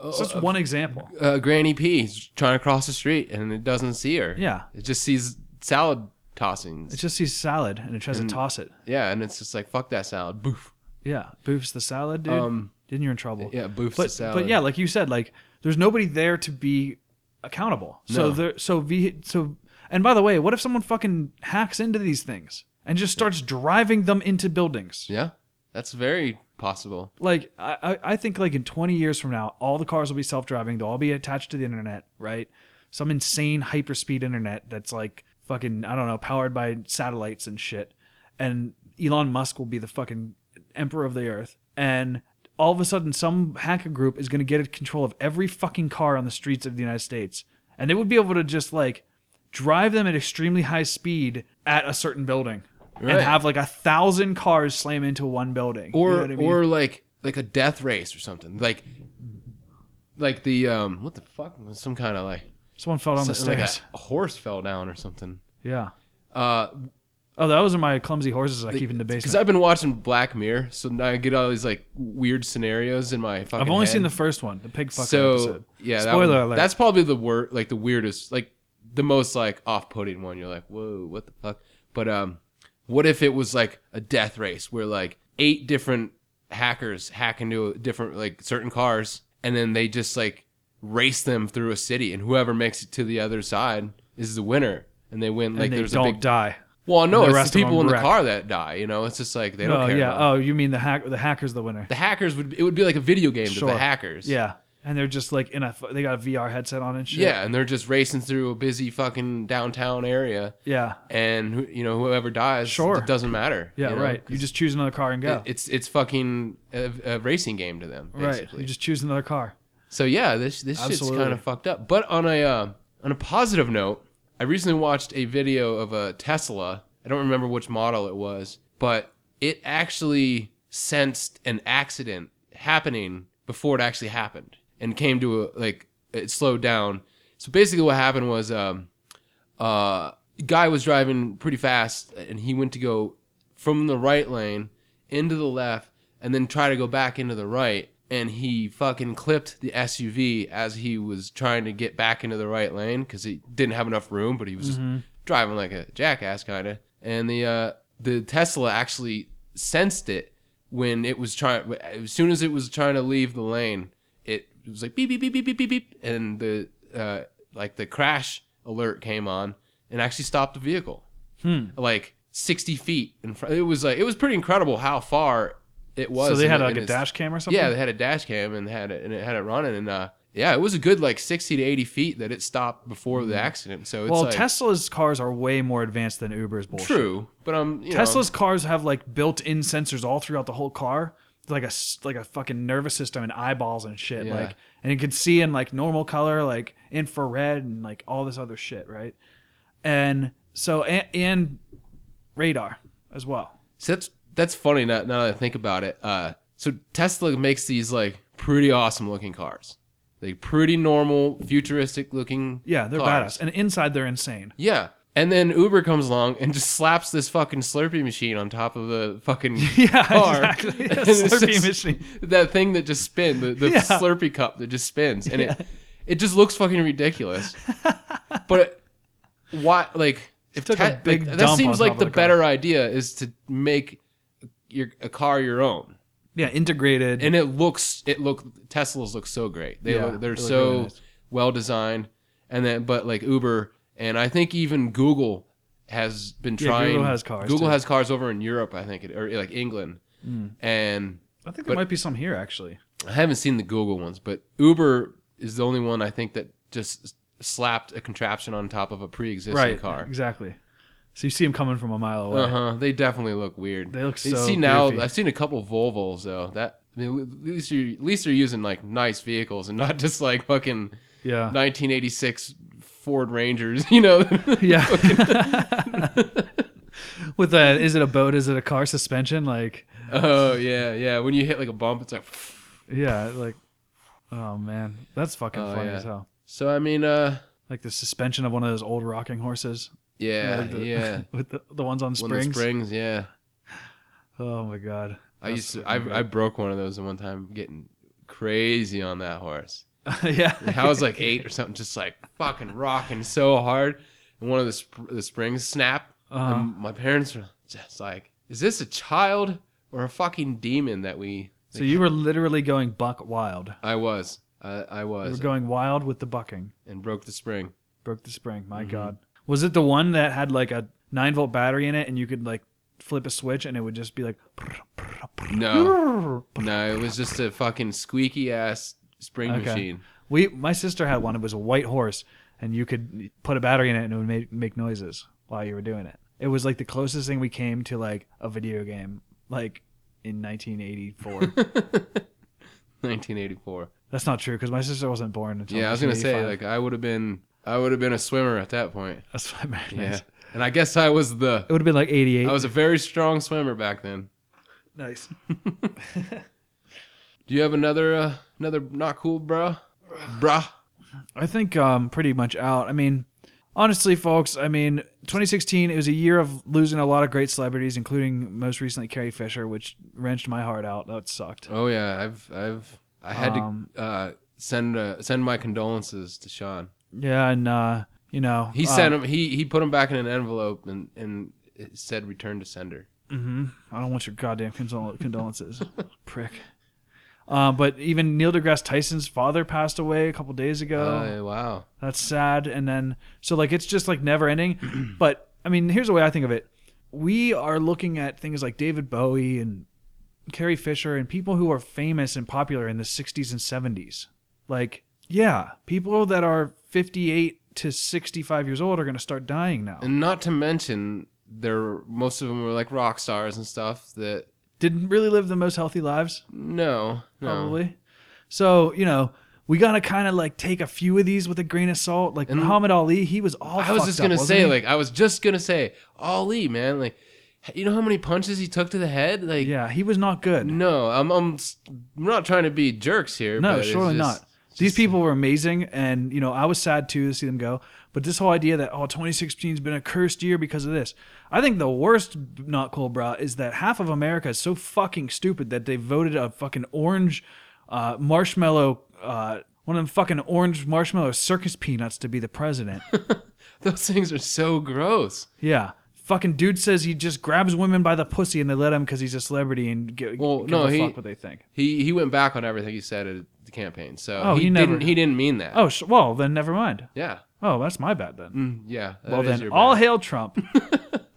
It's just one example? uh, Granny P trying to cross the street and it doesn't see her? Yeah. It just sees salad tossings. It just sees salad and it tries to toss it. yeah, and it's just like fuck that salad. Boof. Yeah, boofs the salad, dude. Um, then you're in trouble. yeah, boofs but, the salad. But yeah, like you said, like there's nobody there to be accountable. So No. there, so v, so. And by the way, what if someone fucking hacks into these things and just starts driving them into buildings? yeah, that's very possible. Like I, I- I think like in 20 years from now, all the cars will be self-driving. They'll all be attached to the internet, right? Some insane hyperspeed internet that's like fucking I don't know, powered by satellites and shit. And Elon Musk will be the fucking emperor of the earth. And all of a sudden, some hacker group is going to get control of every fucking car on the streets of the United States, and they would be able to just like drive them at extremely high speed at a certain building. And Right. have like a thousand cars slam into one building, You Or know what I mean? or like like a death race or something like like the um what the fuck was some kind of like Someone fell down the like a, stairs. a horse fell down or something. yeah. Uh, Oh, those are my clumsy horses I keep in the Because basement. I've been watching Black Mirror, so now I get all these like weird scenarios in my fucking. I've only head. seen the first one, the pig fucking so episode. yeah. that Spoiler one- alert. That's probably the word like the weirdest, like the most like off-putting one. You're like, whoa, what the fuck? But um, what if it was like a death race where like eight different hackers hack into different like certain cars, and then they just like race them through a city, and whoever makes it to the other side is the winner, and they win. Like and they there's don't a big. die. well, no, the it's rest of the people them in the wreck. car that die. You know, it's just like they don't Oh care. yeah. about Oh, you mean the hack? The hacker's the winner. the hackers would it would be like a video game to Sure. the hackers. Yeah, and they're just like in a. They got a VR headset on and shit. Yeah, and they're just racing through a busy fucking downtown area Yeah. and who- you know whoever dies Sure. it doesn't matter. Yeah. you know, right. You 'cause just choose another car and it- go. it's it's fucking a, a racing game to them right. basically. You just choose another car. so yeah, this this Absolutely. shit's kind of fucked up. But on a uh, on a positive note, I recently watched a video of a Tesla. I don't remember which model it was, but it actually sensed an accident happening before it actually happened and came to a like it slowed down. So basically, what happened was um, uh, guy was driving pretty fast and he went to go from the right lane into the left and then try to go back into the right and he fucking clipped the SUV as he was trying to get back into the right lane because he didn't have enough room but he was just driving like a jackass kind of and the uh, the Tesla actually sensed it when it was trying as soon as it was trying to leave the lane it was like beep beep beep beep beep beep beep and the uh, like the crash alert came on and actually stopped the vehicle Hmm. like 60 feet in front it was like it was pretty incredible how far it was So they and had it- like and a it's- dash cam or something. yeah they had a dash cam and had it and it had it running and uh yeah it was a good like 60 to 80 feet that it stopped before the accident so it's Hmm. Well, like, Tesla's cars are way more advanced than Uber's bullshit. true but um you know, Tesla's cars have like built-in sensors all throughout the whole car, like a s- like a fucking nervous system and eyeballs and shit. Yeah. Like, and you can see in like normal color, like infrared and like all this other shit, right? And so and, and radar as well. So that's that's funny now, now that I think about it. Uh, so Tesla makes these like pretty awesome looking cars, like pretty normal, futuristic looking. Yeah, they're cars. badass. And inside, they're insane. Yeah, and then Uber comes along and just slaps this fucking Slurpee machine on top of the fucking Yeah, car. exactly. And it's Slurpee just- machine. That thing that just spins, the, the Yeah. Slurpee cup that just spins, and it it just looks fucking ridiculous. but it- why, like, if Took a Te- big like, that dump on seems top like of the the car. better idea is to make your a car your own, Yeah, integrated. and it looks it look Teslas look so great. They Yeah, look they're they look so really nice. well designed, and then but like Uber and I think even Google has been Yeah, trying. Google has cars, Google too. Hmm. has cars over in Europe, I think, or like England, and I think but- there might be some here actually. I haven't seen the Google ones, but Uber is the only one I think that just slapped a contraption on top of a pre-existing Right. car. Exactly. So you see them coming from a mile away. Uh huh. They definitely look weird. They look You so See now, goofy. I've seen a couple Volvos though. That I mean, at least you at least you're using like nice vehicles and not just like fucking Yeah. 1986 Ford Rangers. You know? Yeah. With a is it a boat? Is it a car suspension? Like oh yeah, yeah. When you hit like a bump, it's like. yeah, like oh man, that's fucking Oh, funny yeah. as hell. So I mean, uh, Like the suspension of one of those old rocking horses. yeah, Like the- yeah. with the, the ones on One of the springs. springs, yeah. Oh my god. I used to, That's I, I broke one of those one time getting crazy on that horse. fucking great. yeah. I was like eight or something, just like fucking rocking so hard, and one of the sp- the springs snapped. Uh-huh. And my parents were just like, "Is this a child or a fucking demon that we?" So you were literally going buck wild. I was, I I You were was, going wild with the bucking. and broke the spring. Broke the spring. Mm-hmm. My god. Was it the one that had like a 9 volt battery in it and you could like flip a switch and it would just be like No, no, it was just a fucking squeaky ass spring Okay. machine. We my sister had one. It was a white horse, and you could put a battery in it, and it would make, make noises while you were doing it. It was like the closest thing we came to like a video game, like in 1984. 1984. That's not true because my sister wasn't born until. Yeah, I was gonna say 1985. like I would have been, I would have been a swimmer at that point. that's what I meant. Yeah, and I guess I was the, It would have been like 88. I was a very strong swimmer back then. nice. Do you have another uh, another not cool, bruh? Bruh. I think um pretty much out. I mean, honestly, folks, I mean, 2016 it was a year of losing a lot of great celebrities, including most recently Carrie Fisher, which wrenched my heart out. That sucked. Oh yeah, I've I've I had Um, to uh, send uh, send my condolences to Sean. Yeah, and uh, you know, He uh, sent him he he put him back in an envelope and and it said return to sender. hmm I don't want your goddamn condol- condolences, prick. Uh, but even Neil deGrasse Tyson's father passed away a couple days ago. Oh wow. That's sad. And then, so like, it's just like never ending. but I mean, here's the way I think of it we are looking at things like David Bowie and Carrie Fisher and people who are famous and popular in the 60s and 70s. Like, yeah, people that are 58 to 65 years old are going to start dying now. And not to mention there most of them were like rock stars and stuff that Didn't really live the most healthy lives. no, no. probably. So you know, we gotta kind of like take a few of these with a grain of salt. Like Muhammad Ali, he was all. I was fucked just up, gonna wasn't say, he? like, I was just gonna say, Ali, man, like, you know how many punches he took to the head? Like, yeah, he was not good. No, No, I'm I'm, s- I'm not trying to be jerks here. but it's surely just- not. These people were amazing, and you know, I was sad too to see them go. But this whole idea that oh, 2016 has been a cursed year because of this. I think the worst not cool bra is that half of America is so fucking stupid that they voted a fucking orange uh, marshmallow. Uh, one of them fucking orange marshmallow circus peanuts to be the president. Those things are so gross. Yeah. Fucking dude says he just grabs women by the pussy and they let him because he's a celebrity and give, Well, give no, a he- fuck what they think. He he went back on everything he said at the campaign. So Oh, he, he never- didn't he didn't mean that. Oh, sh- well, then never mind. yeah, Oh, that's my bad then. Mm, yeah. that well, is then your all bad. hail Trump.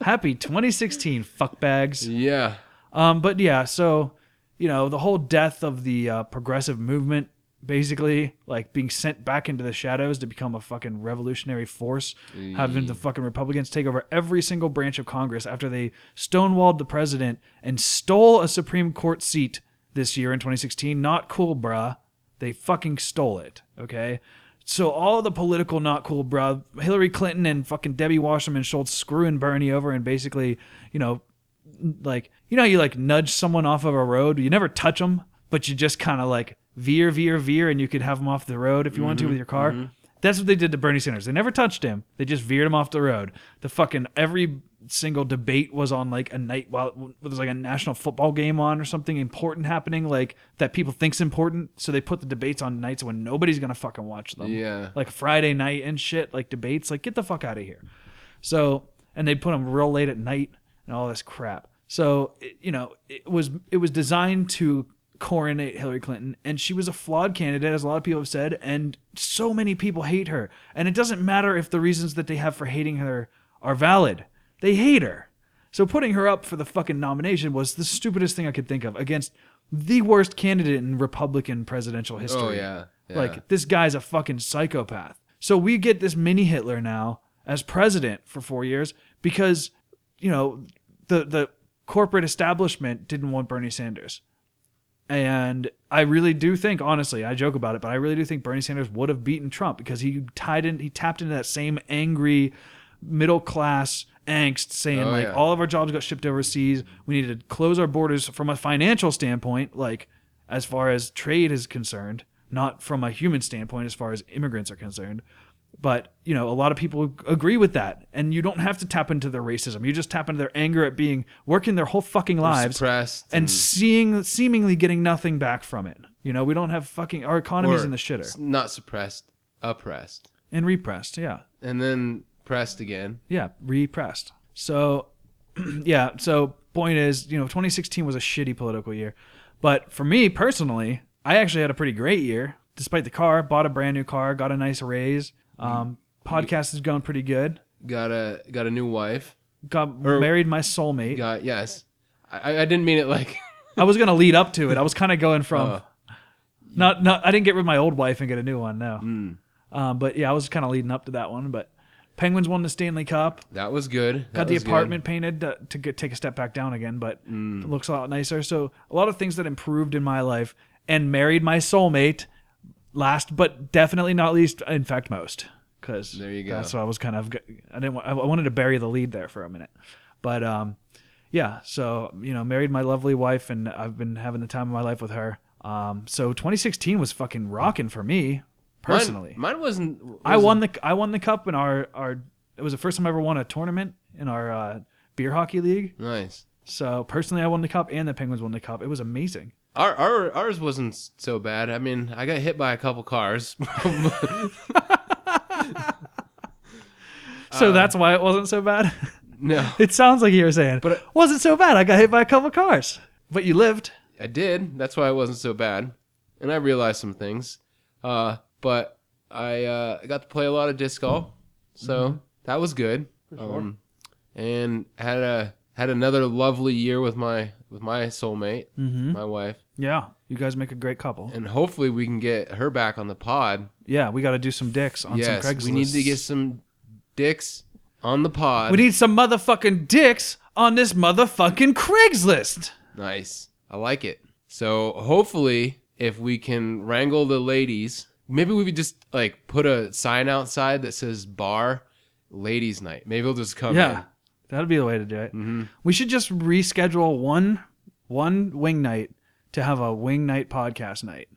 Happy 2016, fuckbags. yeah. Um, but yeah, so, you know, the whole death of the uh, progressive movement, basically, like being sent back into the shadows to become a fucking revolutionary force, having the fucking Republicans take over every single branch of Congress after they stonewalled the president and stole a Supreme Court seat this year in 2016. Not cool, bruh. They fucking stole it, okay? So all the political not cool, bruh. Hillary Clinton and fucking Debbie Wasserman Schultz screwing Bernie over and basically, you know, like you know how you like nudge someone off of a road you never touch them but you just kind of like veer veer veer and you could have them off the road if you want to with your car that's what they did to bernie sanders they never touched him they just veered him off the road the fucking every single debate was on like a night while there was like a national football game on or something important happening like that people thinks important so they put the debates on nights when nobody's gonna fucking watch them Yeah. like friday night and shit like debates like get the fuck out of here so, and they put them real late at night and all this crap. So it- you know, it was it was designed to coronate Hillary Clinton, and she was a flawed candidate, as a lot of people have said, and so many people hate her. And it doesn't matter if the reasons that they have for hating her are valid; they hate her. So putting her up for the fucking nomination was the stupidest thing I could think of against the worst candidate in Republican presidential history. Oh yeah. yeah. Like this guy's a fucking psychopath. So we get this mini Hitler now as president for four years because you know the the corporate establishment didn't want Bernie Sanders. And I really do think, honestly, I joke about it, but I really do think Bernie Sanders would have beaten Trump because he tied in, he tapped into that same angry middle class angst, saying Oh, like yeah. all of our jobs got shipped overseas. We need to close our borders from a financial standpoint, like as far as trade is concerned, not from a human standpoint as far as immigrants are concerned. But you know, a lot of people agree with that, and you don't have to tap into their racism. You just tap into their anger at being working their whole fucking lives suppressed and seeing seemingly getting nothing back from it. You know, we don't have fucking our economy's or in the shitter s- Not suppressed, oppressed, and repressed. Yeah, and then pressed again. yeah, repressed. So, yeah. So point is, you know, 2016 was a shitty political year, but for me personally, I actually had a pretty great year. Despite the car, bought a brand new car, got a nice raise. Mm-hmm. Um, podcast is going pretty good. Got a got a new wife. Got Or- married my soulmate. Got yes. I, I- I didn't mean it like I was gonna lead up to it. I was kind of going from Uh. not not. I didn't get rid of my old wife and get a new one. No, um, but yeah, I was kind of leading up to that one. But Penguins won the Stanley Cup. that was good. That Got the was good. Mm. apartment painted to, to get, take a step back down again, but it looks a lot nicer. So a lot of things that improved in my life and married my soulmate. Last but definitely not least, in fact, most because There you go. That's what I was kind of. g- I didn't. wa- I wanted to bury the lead there for a minute, but um, yeah. So you know, married my lovely wife, and I've been having the time of my life with her. Um, so 2016 was fucking rocking for me Mine- personally. mine, wasn't. was I won the I won the cup in our our it was the first time I ever won a tournament in our uh, beer hockey league. nice. So personally, I won the cup and the Penguins won the cup. It was amazing. Our, our ours wasn't s- so bad. I mean, I got hit by a couple cars. Uh, So that's why it wasn't so bad. no, it sounds like you were saying, But but I- it wasn't so bad. I got hit by a couple cars, but you lived. I did. That's why it wasn't so bad, and I realized some things. Uh, but I uh, got to play a lot of disc golf, so Mm-hmm. that was good. Um, and had a had another lovely year with my with my soulmate, Mm-hmm. my wife, Yeah, you guys make a great couple. and hopefully we can get her back on the pod. Yeah, we got to do some dicks on yes, some Craigslist. we need to get some dicks on the pod. we need some motherfucking dicks on this motherfucking Craigslist. Nice. I like it. So hopefully, if we can wrangle the ladies, maybe we could just like put a sign outside that says "Bar Ladies Night." Maybe they'll just come. Yeah, that'd be the way to do it. Mm-hmm. We should just reschedule one one wing night to have a wing night podcast night.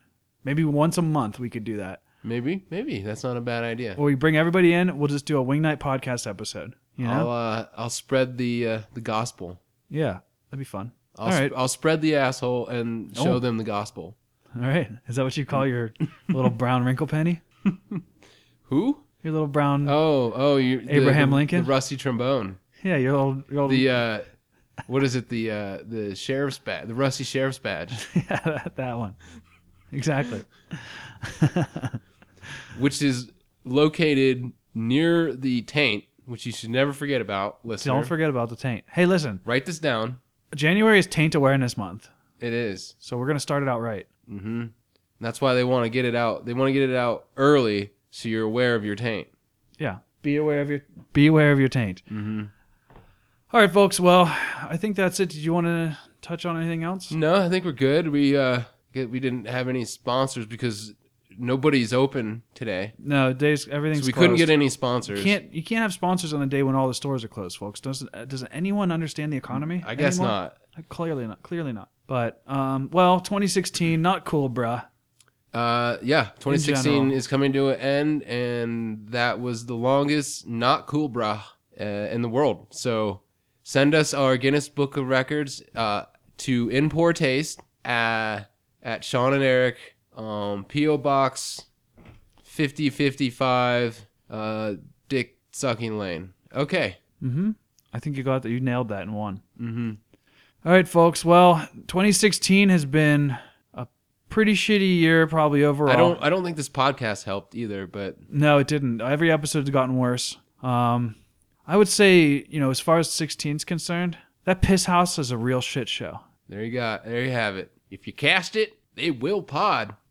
Maybe once a month we could do that, in. Maybe, maybe that's not a bad idea. or we bring everybody in. We'll just do a wing night podcast episode. You know? I'll uh, I'll spread the uh, the gospel. yeah, that'd be fun. I'll all right, sp- I'll spread the asshole and show Oh. them the gospel. all right. Is that what you call your little brown wrinkle penny? Who? Your little brown? Oh, oh, you the- Abraham the- Lincoln? the rusty trombone, yeah, your old, your old. the uh, what is it? The uh, the sheriff's badge, the rusty sheriff's badge. yeah, that, that one. Exactly. which is located near the taint, which you should never forget about. Listener, Don't forget about the taint. Hey, listen. write this down. January is Taint Awareness Month, It is. so we're gonna start it out right. That's why they want to get it out. They want to get it out early so you're aware of your taint. yeah be aware of your be aware of your taint mm-hmm. right folks well i think that's it did you want to touch on anything else No, I think we're good. We uh, get- we didn't have any sponsors because nobody's open today. no days everything's So we closed. couldn't get any sponsors. you can't you can't have sponsors on the day when all the stores are closed folks doesn't uh, doesn't anyone understand the economy I guess anymore? not. Uh, clearly not clearly not but um well 2016 not cool bruh Uh, yeah, 2016 general. is coming to an end, and that was the longest not cool bra uh, in the world. So send us our Guinness Book of Records uh, to In Poor Taste uh, at Sean and Eric, um, P.O. Box 5055, uh, Dick Sucking Lane. Okay. i think you got that you nailed that in one mm-hmm All right, folks. Well, 2016 has been a pretty shitty year, probably overall. I don't. I don't think this podcast helped either. But No, it didn't. Every episode's gotten worse. Um, I would say, you know, as far as 16's concerned, that piss house is a real shit show. there you go. There you have it. If you cast it, they will pod.